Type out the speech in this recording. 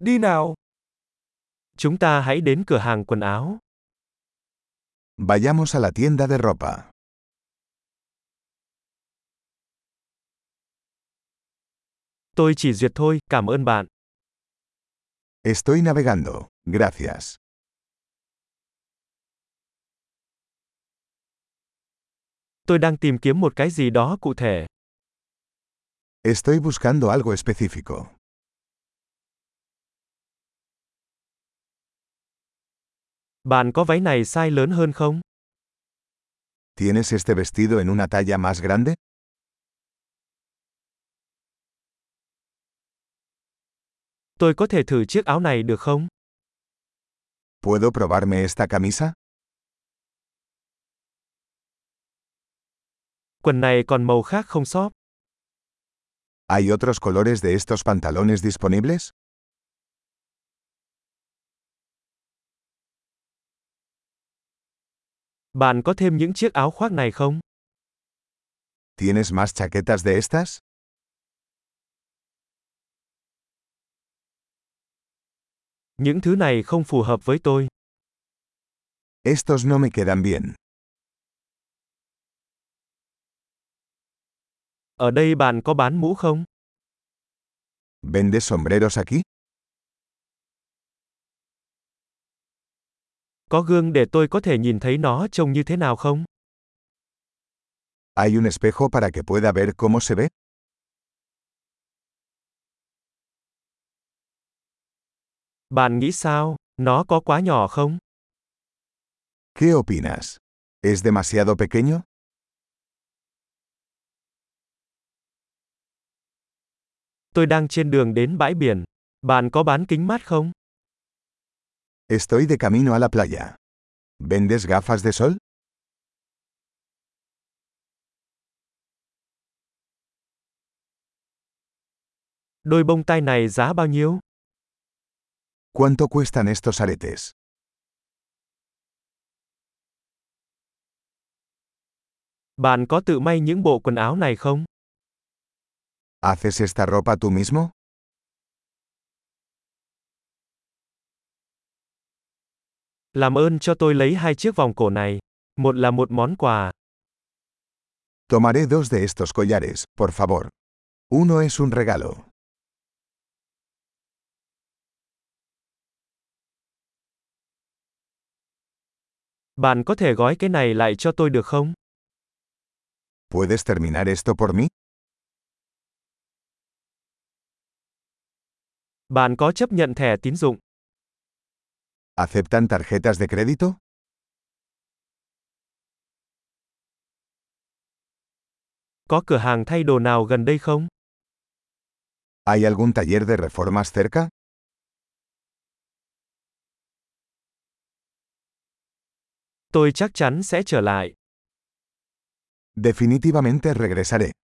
đi nào. Chúng ta hãy đến cửa hàng quần áo. Vayamos a la tienda de ropa. Tôi chỉ duyệt thôi, cảm ơn bạn. Estoy navegando, gracias. Tôi đang tìm kiếm một cái gì đó cụ thể. Estoy buscando algo específico. Bạn có váy này size lớn hơn không? ¿Tienes este vestido en una talla más grande? Tôi có thể thử chiếc áo này được không? ¿Puedo probarme esta camisa? Quần này còn màu khác không shop. ¿Hay otros colores de estos pantalones disponibles? Bạn có thêm những chiếc áo khoác này không? ¿Tienes más chaquetas de estas? Những thứ này không phù hợp với tôi. Estos no me quedan bien. Ở đây bạn có bán mũ không? ¿Vendes sombreros aquí? Có gương để tôi có thể nhìn thấy nó trông như thế nào không? ¿Hay un espejo para que pueda ver cómo se ve? Bạn nghĩ sao? Nó có quá nhỏ không? ¿Qué opinas? ¿Es demasiado pequeño? Tôi đang trên đường đến bãi biển. Bạn có bán kính mát không? Estoy de camino a la playa. ¿Vendes gafas de sol? Đôi bông tai này giá bao nhiêu? ¿Cuánto cuestan estos aretes? Bạn có tự may những bộ quần áo này không? ¿Haces esta ropa tú mismo? Làm ơn cho tôi lấy hai chiếc vòng cổ này. Một là một món quà. Tomaré dos de estos collares, por favor. Uno es un regalo. Bạn có thể gói cái này lại cho tôi được không? ¿Puedes terminar esto por mí? Bạn có chấp nhận thẻ tín dụng? ¿Aceptan tarjetas de crédito? Có cửa hàng thay đồ nào gần đây không? ¿Hay algún taller de reformas cerca? Tôi chắc chắn sẽ trở lại. Definitivamente regresaré.